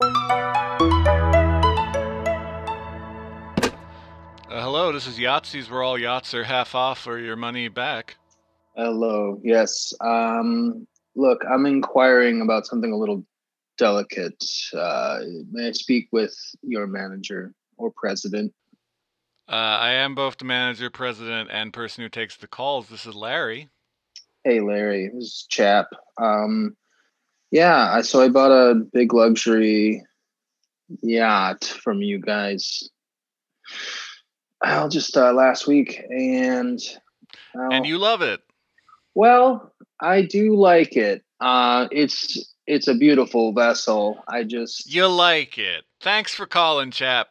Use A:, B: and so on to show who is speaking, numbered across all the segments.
A: Uh, this is Yahtzees where all yachts are half off or your money back.
B: Hello. Yes. Um, look, I'm inquiring about something a little delicate. Uh, may I speak with your manager or president?
A: Uh, I am both the manager, president, and person who takes the calls. This is Larry.
B: Hey, Larry. This is Chap. Um, yeah. I, so I bought a big luxury yacht from you guys. I'll just uh, last week, and I'll-
A: And you love it.
B: well, I do like it. Uh, it's it's a beautiful vessel. I just
A: You like it. Thanks for calling, chap.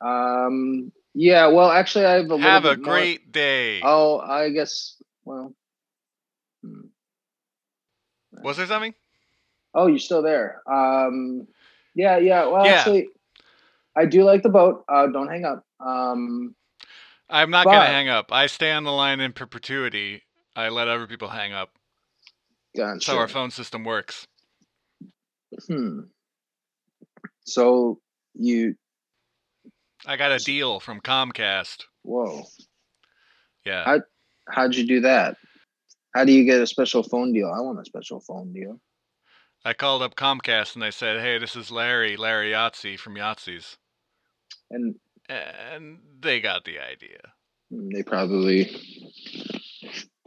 B: um yeah. Well, actually, I have a little
A: Have a
B: bit more-
A: great day.
B: Oh, I guess. Well. hmm.
A: Was there something?
B: Oh, you're still there. Um, yeah, yeah. Well,
A: Yeah.
B: actually, I do like the boat. Uh, don't hang up. Um,
A: I'm not going to
B: But-
A: hang up. I stay on the line in perpetuity. I let other people hang up. That's
B: gotcha.
A: how our phone system works.
B: hmm. So you.
A: I got a deal from Comcast.
B: Whoa.
A: Yeah.
B: I- How'd you do that? How do you get a special phone deal? I want a special phone deal.
A: I called up Comcast and they said, hey, this is Larry, Larry Yahtzee from Yahtzees.
B: And
A: And they got the idea.
B: they probably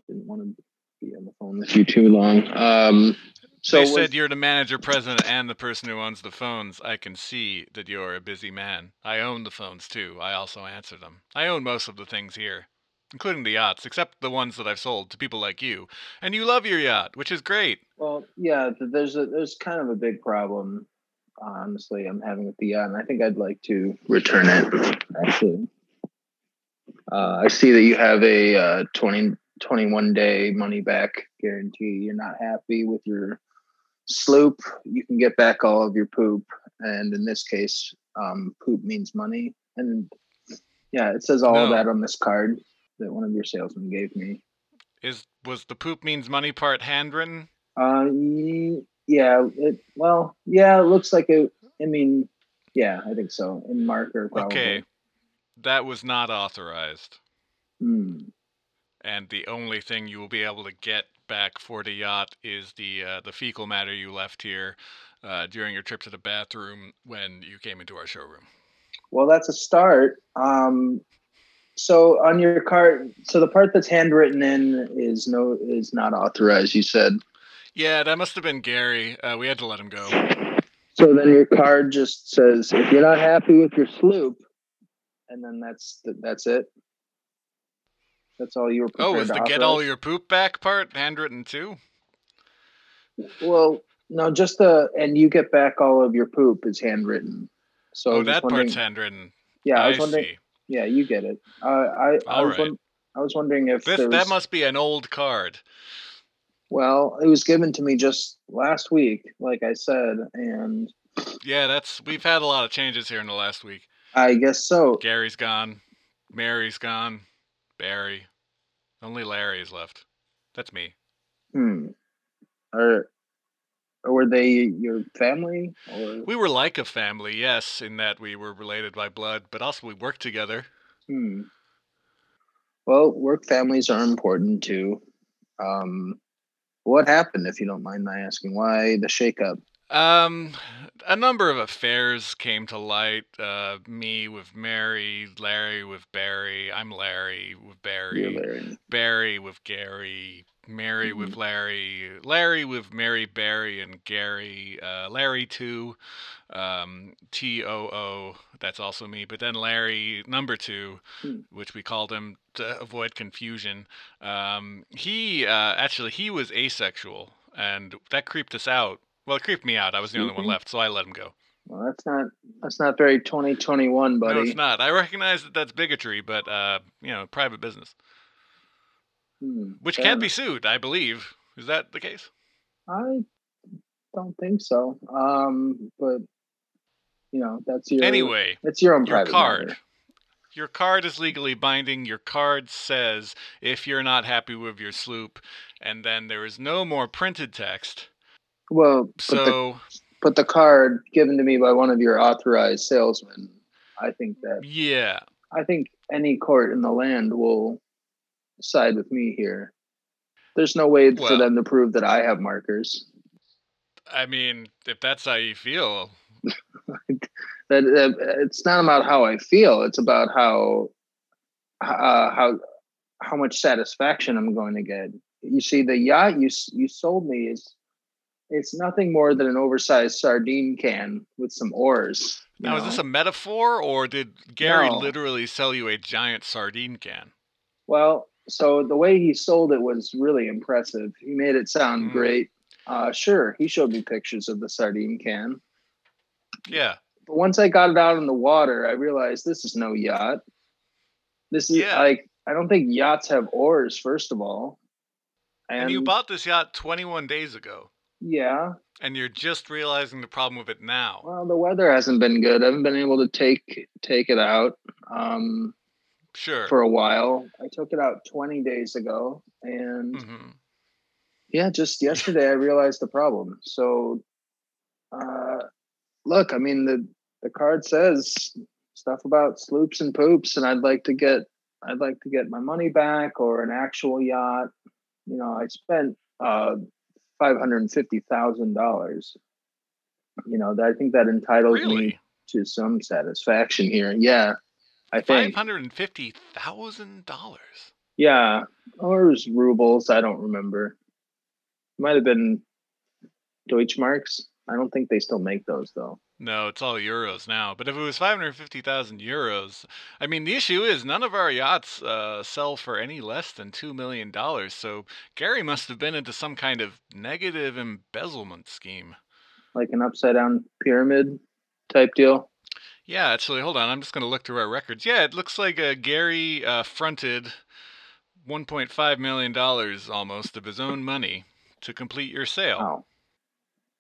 B: didn't want to be on the phone with you too long. Um, so
A: they
B: was-
A: said you're the manager, president, and the person who owns the phones. I can see that you're a busy man. I own the phones too. I also answer them. I own most of the things here, including the yachts, except the ones that I've sold to people like you. And you love your yacht, which is great.
B: Well, yeah, th- there's a there's kind of a big problem. Honestly, I'm having with the yacht, and I think I'd like to return it. Actually, uh, I see that you have a uh, 20, 21 day money back guarantee. You're not happy with your sloop, you can get back all of your poop, and in this case, um, poop means money. And yeah, it says all of
A: No.
B: that on this card that one of your salesmen gave me.
A: Is was the poop means money part handwritten?
B: Uh, y- yeah. It, well, yeah. It looks like it. I mean, yeah, I think so. In marker, probably.
A: Okay. That was not authorized.
B: Hmm.
A: And the only thing you will be able to get back for the yacht is the uh, the fecal matter you left here uh, during your trip to the bathroom when you came into our showroom.
B: Well, that's a start. Um, so on your card, so the part that's handwritten in is no is not authorized. You said.
A: Yeah, that must have been Gary. Uh, we had to let him go.
B: So then your card just says if you're not happy with your sloop, and then that's th- that's it. That's all you were.
A: Oh,
B: prepared
A: is
B: to
A: the get
B: authorize?
A: all your poop back part handwritten too?
B: Well, no, just the and you get back all of your poop is handwritten. So I
A: oh,
B: was just
A: that
B: wondering-
A: part's handwritten.
B: Yeah, I
A: I,
B: was wondering.
A: see.
B: Yeah, you get it. Uh, I I
A: All
B: was,
A: right.
B: won- I was wondering if
A: This
B: there
A: that
B: was-
A: must be an old card.
B: well, it was given to me just last week, like I said, and
A: Yeah, that's we've had a lot of changes here in the last week.
B: I guess so.
A: Gary's gone, Mary's gone, Barry. Only Larry is left. That's me.
B: Hmm. Or, or were they your family? Or
A: We were like a family, yes, in that we were related by blood, but also we worked together.
B: hmm. Well, work families are important too. Um, what happened, if you don't mind my asking? Why the shakeup?
A: Um, a number of affairs came to light. Uh, me with Mary, Larry with Barry. I'm Larry with Barry.
B: You're Larry.
A: Barry with Gary. Mary with
B: Mhm.
A: Larry. Larry with Mary, Barry, and Gary. Uh, Larry two, um, T O O. That's also me. But then Larry number two,
B: Hmm.
A: which we called him to avoid confusion. Um, he uh, actually he was asexual, and that creeped us out. Well, it creeped me out. I was the only one
B: Mhm.
A: left, so I let him go.
B: Well, that's not that's not very 2021, buddy.
A: No, it's not. I recognize that that's bigotry, but uh, you know, private business,
B: Hmm,
A: which
B: fair
A: can be sued, I believe. Is that the case?
B: I don't think so. Um, but you know, that's your
A: anyway,
B: That's your own
A: your
B: private
A: card.
B: matter.
A: Your card is legally binding. Your card says if you're not happy with your sloop, and then there is no more printed text.
B: Well, but, the,
A: So
B: but the card given to me by one of your authorized salesmen. I think that
A: yeah,
B: I think any court in the land will side with me here. There's no way for
A: Well-
B: them to prove that I have markers.
A: I mean, if that's how you feel,
B: That, that it's not about how I feel. It's about how uh, how how much satisfaction I'm going to get. You see, the yacht you s- you sold me is it's nothing more than an oversized sardine can with some oars. you
A: now is this
B: know?
A: a metaphor or did Gary
B: No.
A: literally sell you a giant sardine can?
B: Well, so the way he sold it was really impressive. He made it
A: Mm.
B: sound great. Uh, sure, he showed me pictures of the sardine can.
A: Yeah.
B: But once I got it out in the water, I realized this is no yacht. This is
A: Yeah.
B: like, I don't think yachts have oars, first of all. And,
A: And, you bought this yacht 21 days ago,
B: yeah,
A: and you're just realizing the problem with it now.
B: well, the weather hasn't been good. I haven't been able to take take it out um,
A: sure.
B: for a while. I took it out 20 days ago, and
A: hmm
B: Yeah, just yesterday I realized the problem. So, uh, look, I mean the the card says stuff about sloops and poops, and I'd like to get I'd like to get my money back or an actual yacht. You know, I spent uh, five hundred and fifty thousand dollars. You know, that I think that entitles me
A: Really?
B: to some satisfaction here. Yeah, I think.
A: $550,000?
B: Yeah, or it was rubles. I don't remember. Might have been Deutschmarks. I don't think they still make those though.
A: No, it's all euros now. But if it was 550,000 euros, I mean, the issue is none of our yachts uh, sell for any less than $2 million. So Gary must have been into some kind of negative embezzlement scheme.
B: Like an upside down pyramid type deal.
A: Yeah, actually, hold on. I'm just going to look through our records. Yeah, it looks like uh, Gary uh, fronted $1.5 million almost of his own money to complete your sale.
B: Oh.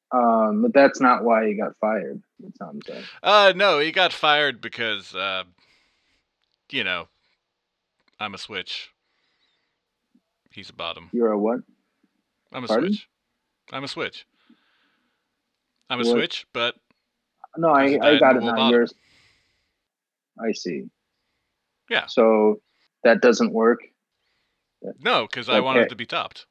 B: Um, but that's not why he got fired. It sounds like.
A: Uh, no, he got fired because, uh, you know, I'm a switch. He's a bottom.
B: You're a what?
A: I'm a
B: Pardon?
A: switch. I'm a switch. I'm a
B: What?
A: switch, but
B: No, I,
A: There's a
B: I got it
A: diagonal
B: now.
A: bottom.
B: Yours. I see.
A: Yeah.
B: So that doesn't work.
A: no, because I wanted
B: Okay.
A: it to be topped.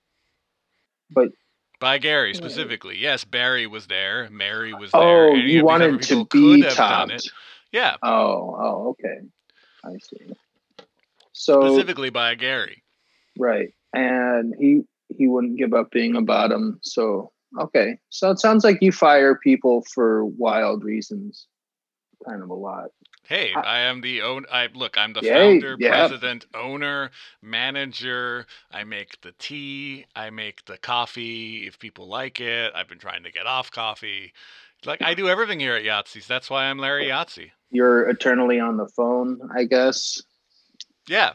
B: But-
A: by Gary
B: Yeah.
A: specifically, yes, Barry was there, Mary was there.
B: Oh,
A: any of
B: you
A: these other
B: wanted to
A: people could
B: be
A: have done it.
B: topped.
A: Yeah,
B: Oh, oh, okay. I see. So
A: specifically by Gary.
B: Right. And he he wouldn't give up being a bottom. So okay. So it sounds like you fire people for wild reasons kind of a lot.
A: Hey,
B: I-
A: I am the own. I look. I'm the
B: Yeah,
A: founder,
B: yeah.
A: president, owner, manager. I make the tea. I make the coffee. If people like it, I've been trying to get off coffee. Like I do everything here at Yahtzee's. That's why I'm Larry Yahtzee.
B: You're eternally on the phone, I guess.
A: Yeah.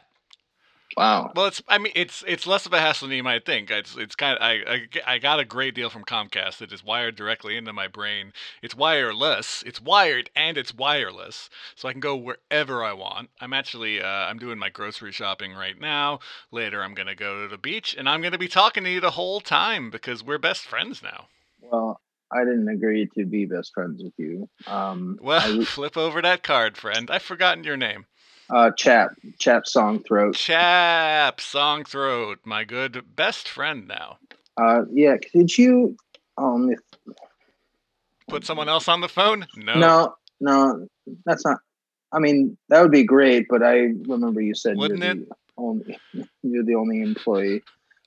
B: Wow.
A: Well, it's. I mean, it's it's less of a hassle than you might think. It's it's kind of. I, I I got a great deal from Comcast that is wired directly into my brain. It's wireless. It's wired and it's wireless, so I can go wherever I want. I'm actually. Uh, I'm doing my grocery shopping right now. Later, I'm gonna go to the beach, and I'm gonna be talking to you the whole time because we're best friends now.
B: Well, I didn't agree to be best friends with you. Um
A: Well,
B: I-
A: flip over that card, friend. I've forgotten your name.
B: uh chap, chap song throat.
A: Chap Songthroat, my good best friend now.
B: Uh yeah, could you um if,
A: Put someone else on the phone? No.
B: no, no, that's not I mean, that would be great, but I remember you said
A: Wouldn't
B: you're
A: it?
B: the only you're the only employee.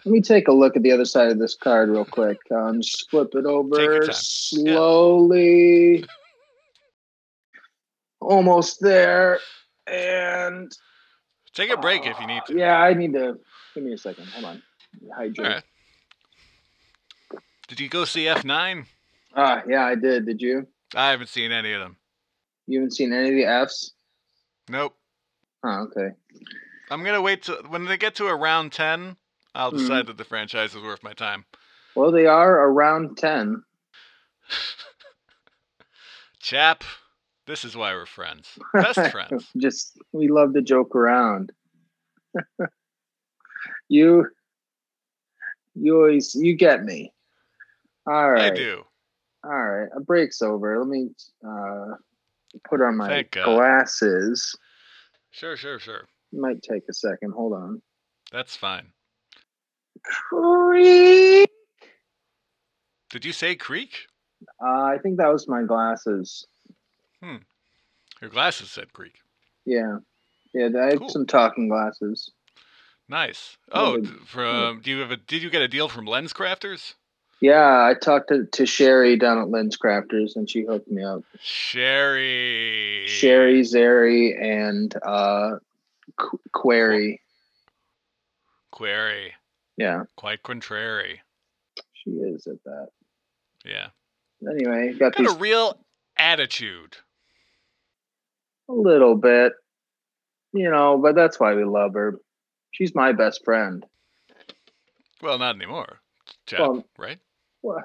B: Let me take a look at the other side of this card real quick. Um, just flip it
A: your
B: over
A: time. Yeah.
B: slowly. Almost there. And
A: Take a break if you need to.
B: Yeah, I need to give me a second. Hold on.
A: All
B: Hydrate.
A: right. Did you go see F9?
B: Ah, yeah, I did. Did you?
A: I haven't seen any of them.
B: You haven't seen any of the F's?
A: Nope.
B: Oh, okay.
A: I'm gonna wait till when they get to around ten. I'll
B: Mm-hmm.
A: decide that the franchise is worth my time.
B: Well, they are around ten.
A: Chap, this is why we're friends. Best friends.
B: Just we love to joke around. you, you always you get me. All right,
A: I do.
B: all right. A break's over. Let me uh, put on my
A: Thank God.
B: glasses.
A: Sure, sure, sure.
B: Might take a second. Hold on.
A: That's fine.
B: Creak.
A: Did you say creek?
B: Uh, I think that was my glasses.
A: Your glasses said creek.
B: Yeah. Yeah, I had
A: Cool.
B: some talking glasses.
A: Nice.
B: Yeah,
A: Oh,
B: they-
A: d- from do you have a did you get a deal from Lens Crafters?
B: Yeah, I talked to, to Sherry down at Lens Crafters and she hooked me up.
A: Sherry.
B: Sherry, Zary, and uh, Qu- Query.
A: Query.
B: Yeah,
A: Quite contrary.
B: she is at that.
A: Yeah.
B: Anyway, got
A: Got
B: these
A: a real attitude.
B: a little bit, you know, but that's why we love her. She's my best friend.
A: Well, not anymore. Chap,
B: Well-
A: right?
B: Well,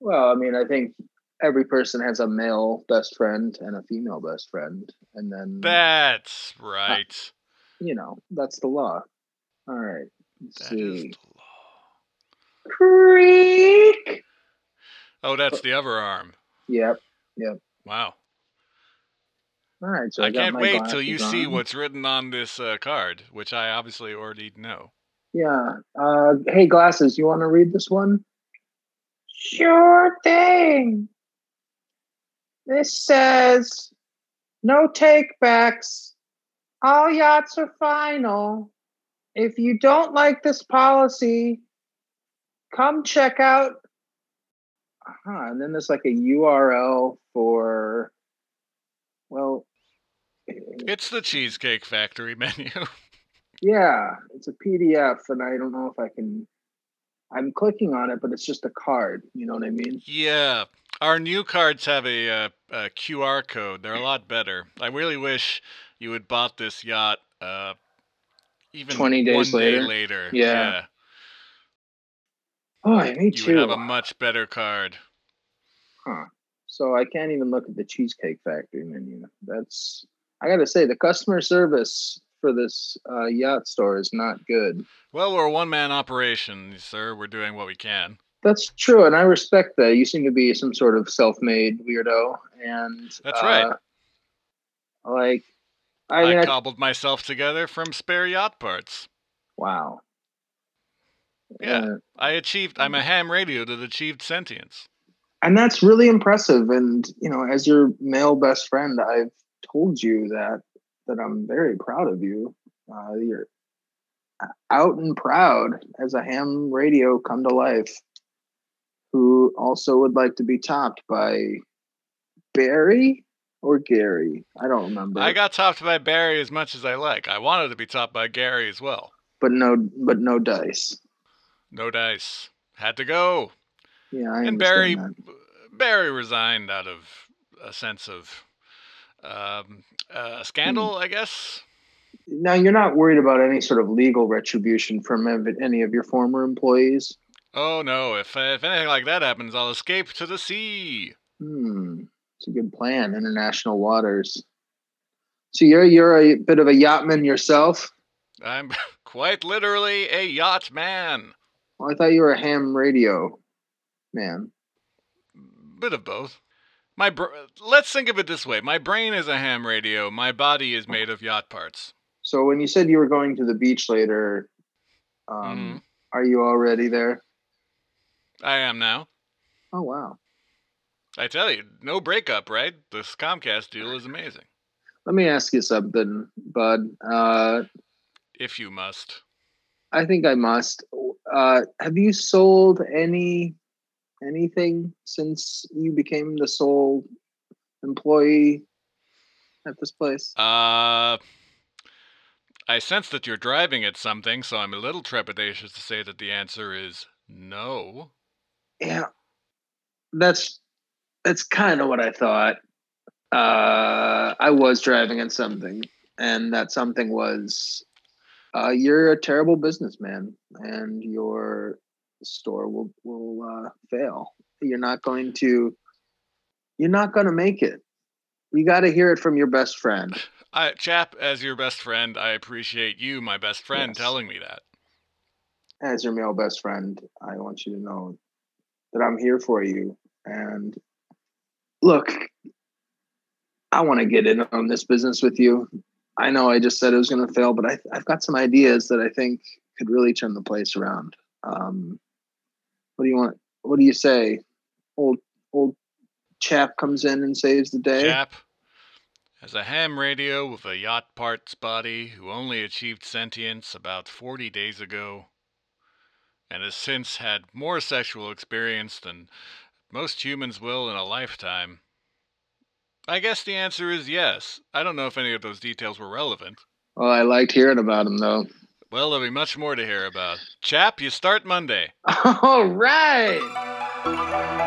B: well, I mean, I think every person has a male best friend and a female best friend, and then
A: That's right.
B: you know that's the law. All right, let's
A: That is
B: see.
A: the law.
B: Creak.
A: Oh, that's the other arm.
B: Yep.
A: Wow.
B: All right. So I,
A: I
B: got
A: can't
B: my
A: wait till you
B: glasses
A: see
B: on.
A: what's written on this uh, card, which I obviously already know.
B: Yeah. Uh, hey, glasses, you want to read this one? Sure thing. This says no takebacks. All yachts are final. If you don't like this policy, come check out. Uh-huh. And then there's like a URL for, well,
A: It's the Cheesecake Factory menu.
B: Yeah, it's a PDF, and I don't know if I can. I'm clicking on it, but it's just a card. You know what I mean?
A: yeah. Our new cards have a, uh, a QR code. They're a lot better. I really wish you had bought this yacht uh, even
B: 20 days
A: one
B: later.
A: day later.
B: Yeah. Oh, me
A: You would
B: too.
A: have a much better card.
B: so I can't even look at the Cheesecake Factory menu. That's I gotta say the customer service for this uh, yacht store is not good.
A: Well, we're a one man operation, sir. We're doing what we can.
B: That's true, and I respect that. You seem to be some sort of self-made weirdo, and
A: That's right.
B: uh, Like, I
A: I,
B: mean, I-
A: cobbled myself together from spare yacht parts.
B: wow.
A: Yeah.
B: Uh,
A: I achieved, I'm a ham radio that achieved sentience.
B: and that's really impressive and you know as your male best friend i've told you that that i'm very proud of you uh, you're out and proud as a ham radio come to life who also would like to be topped by barry or gary i don't remember
A: I got topped by Barry as much as I like. I wanted to be topped by Gary as well.
B: but no but no dice
A: No dice. Had to go.
B: yeah I
A: and
B: understand
A: Barry
B: that.
A: Barry resigned out of a sense of um, uh, scandal, I guess.
B: now you're not worried about any sort of legal retribution from ev- any of your former employees
A: Oh no, if, if anything like that happens, I'll escape to the sea.
B: Hmm, it's a good plan. International waters. So you're you're a bit of a yachtman yourself.
A: I'm quite literally a yacht man.
B: Well, I thought you were a ham radio man.
A: Bit of both. My br- let's think of it this way: my brain is a ham radio, my body is made of yacht parts.
B: So when you said you were going to the beach later, um, are you already there?
A: I am now.
B: Oh wow!
A: I tell you, no breakup, right? This Comcast deal is amazing.
B: Let me ask you something, bud. Uh,
A: If you must.
B: I think I must. Uh, have you sold any anything since you became the sole employee at this place?
A: Uh, I sense that you're driving at something, so I'm a little trepidatious to say that the answer is no.
B: Yeah, that's that's kind of what I thought. Uh, I was driving at something, and that something was, uh, you're a terrible businessman, and your store will will uh, fail. You're not going to, you're not going to make it. You got to hear it from your best friend.
A: I, chap, as your best friend, I appreciate you, my best friend,
B: Yes.
A: telling me that.
B: as your male best friend, I want you to know that I'm here for you. And look, I want to get in on this business with you. I know I just said it was going to fail, but I, I've got some ideas that I think could really turn the place around. Um, what do you want? What do you say? Old old chap comes in and saves the day.
A: Chap, as a ham radio with a yacht parts body who only achieved sentience about 40 days ago and has since had more sexual experience than most humans will in a lifetime. I guess the answer is yes. I don't know if any of those details were relevant.
B: Well, Oh, I liked hearing about him though.
A: Well, there'll be much more to hear about. Chap, you start Monday.
B: All right.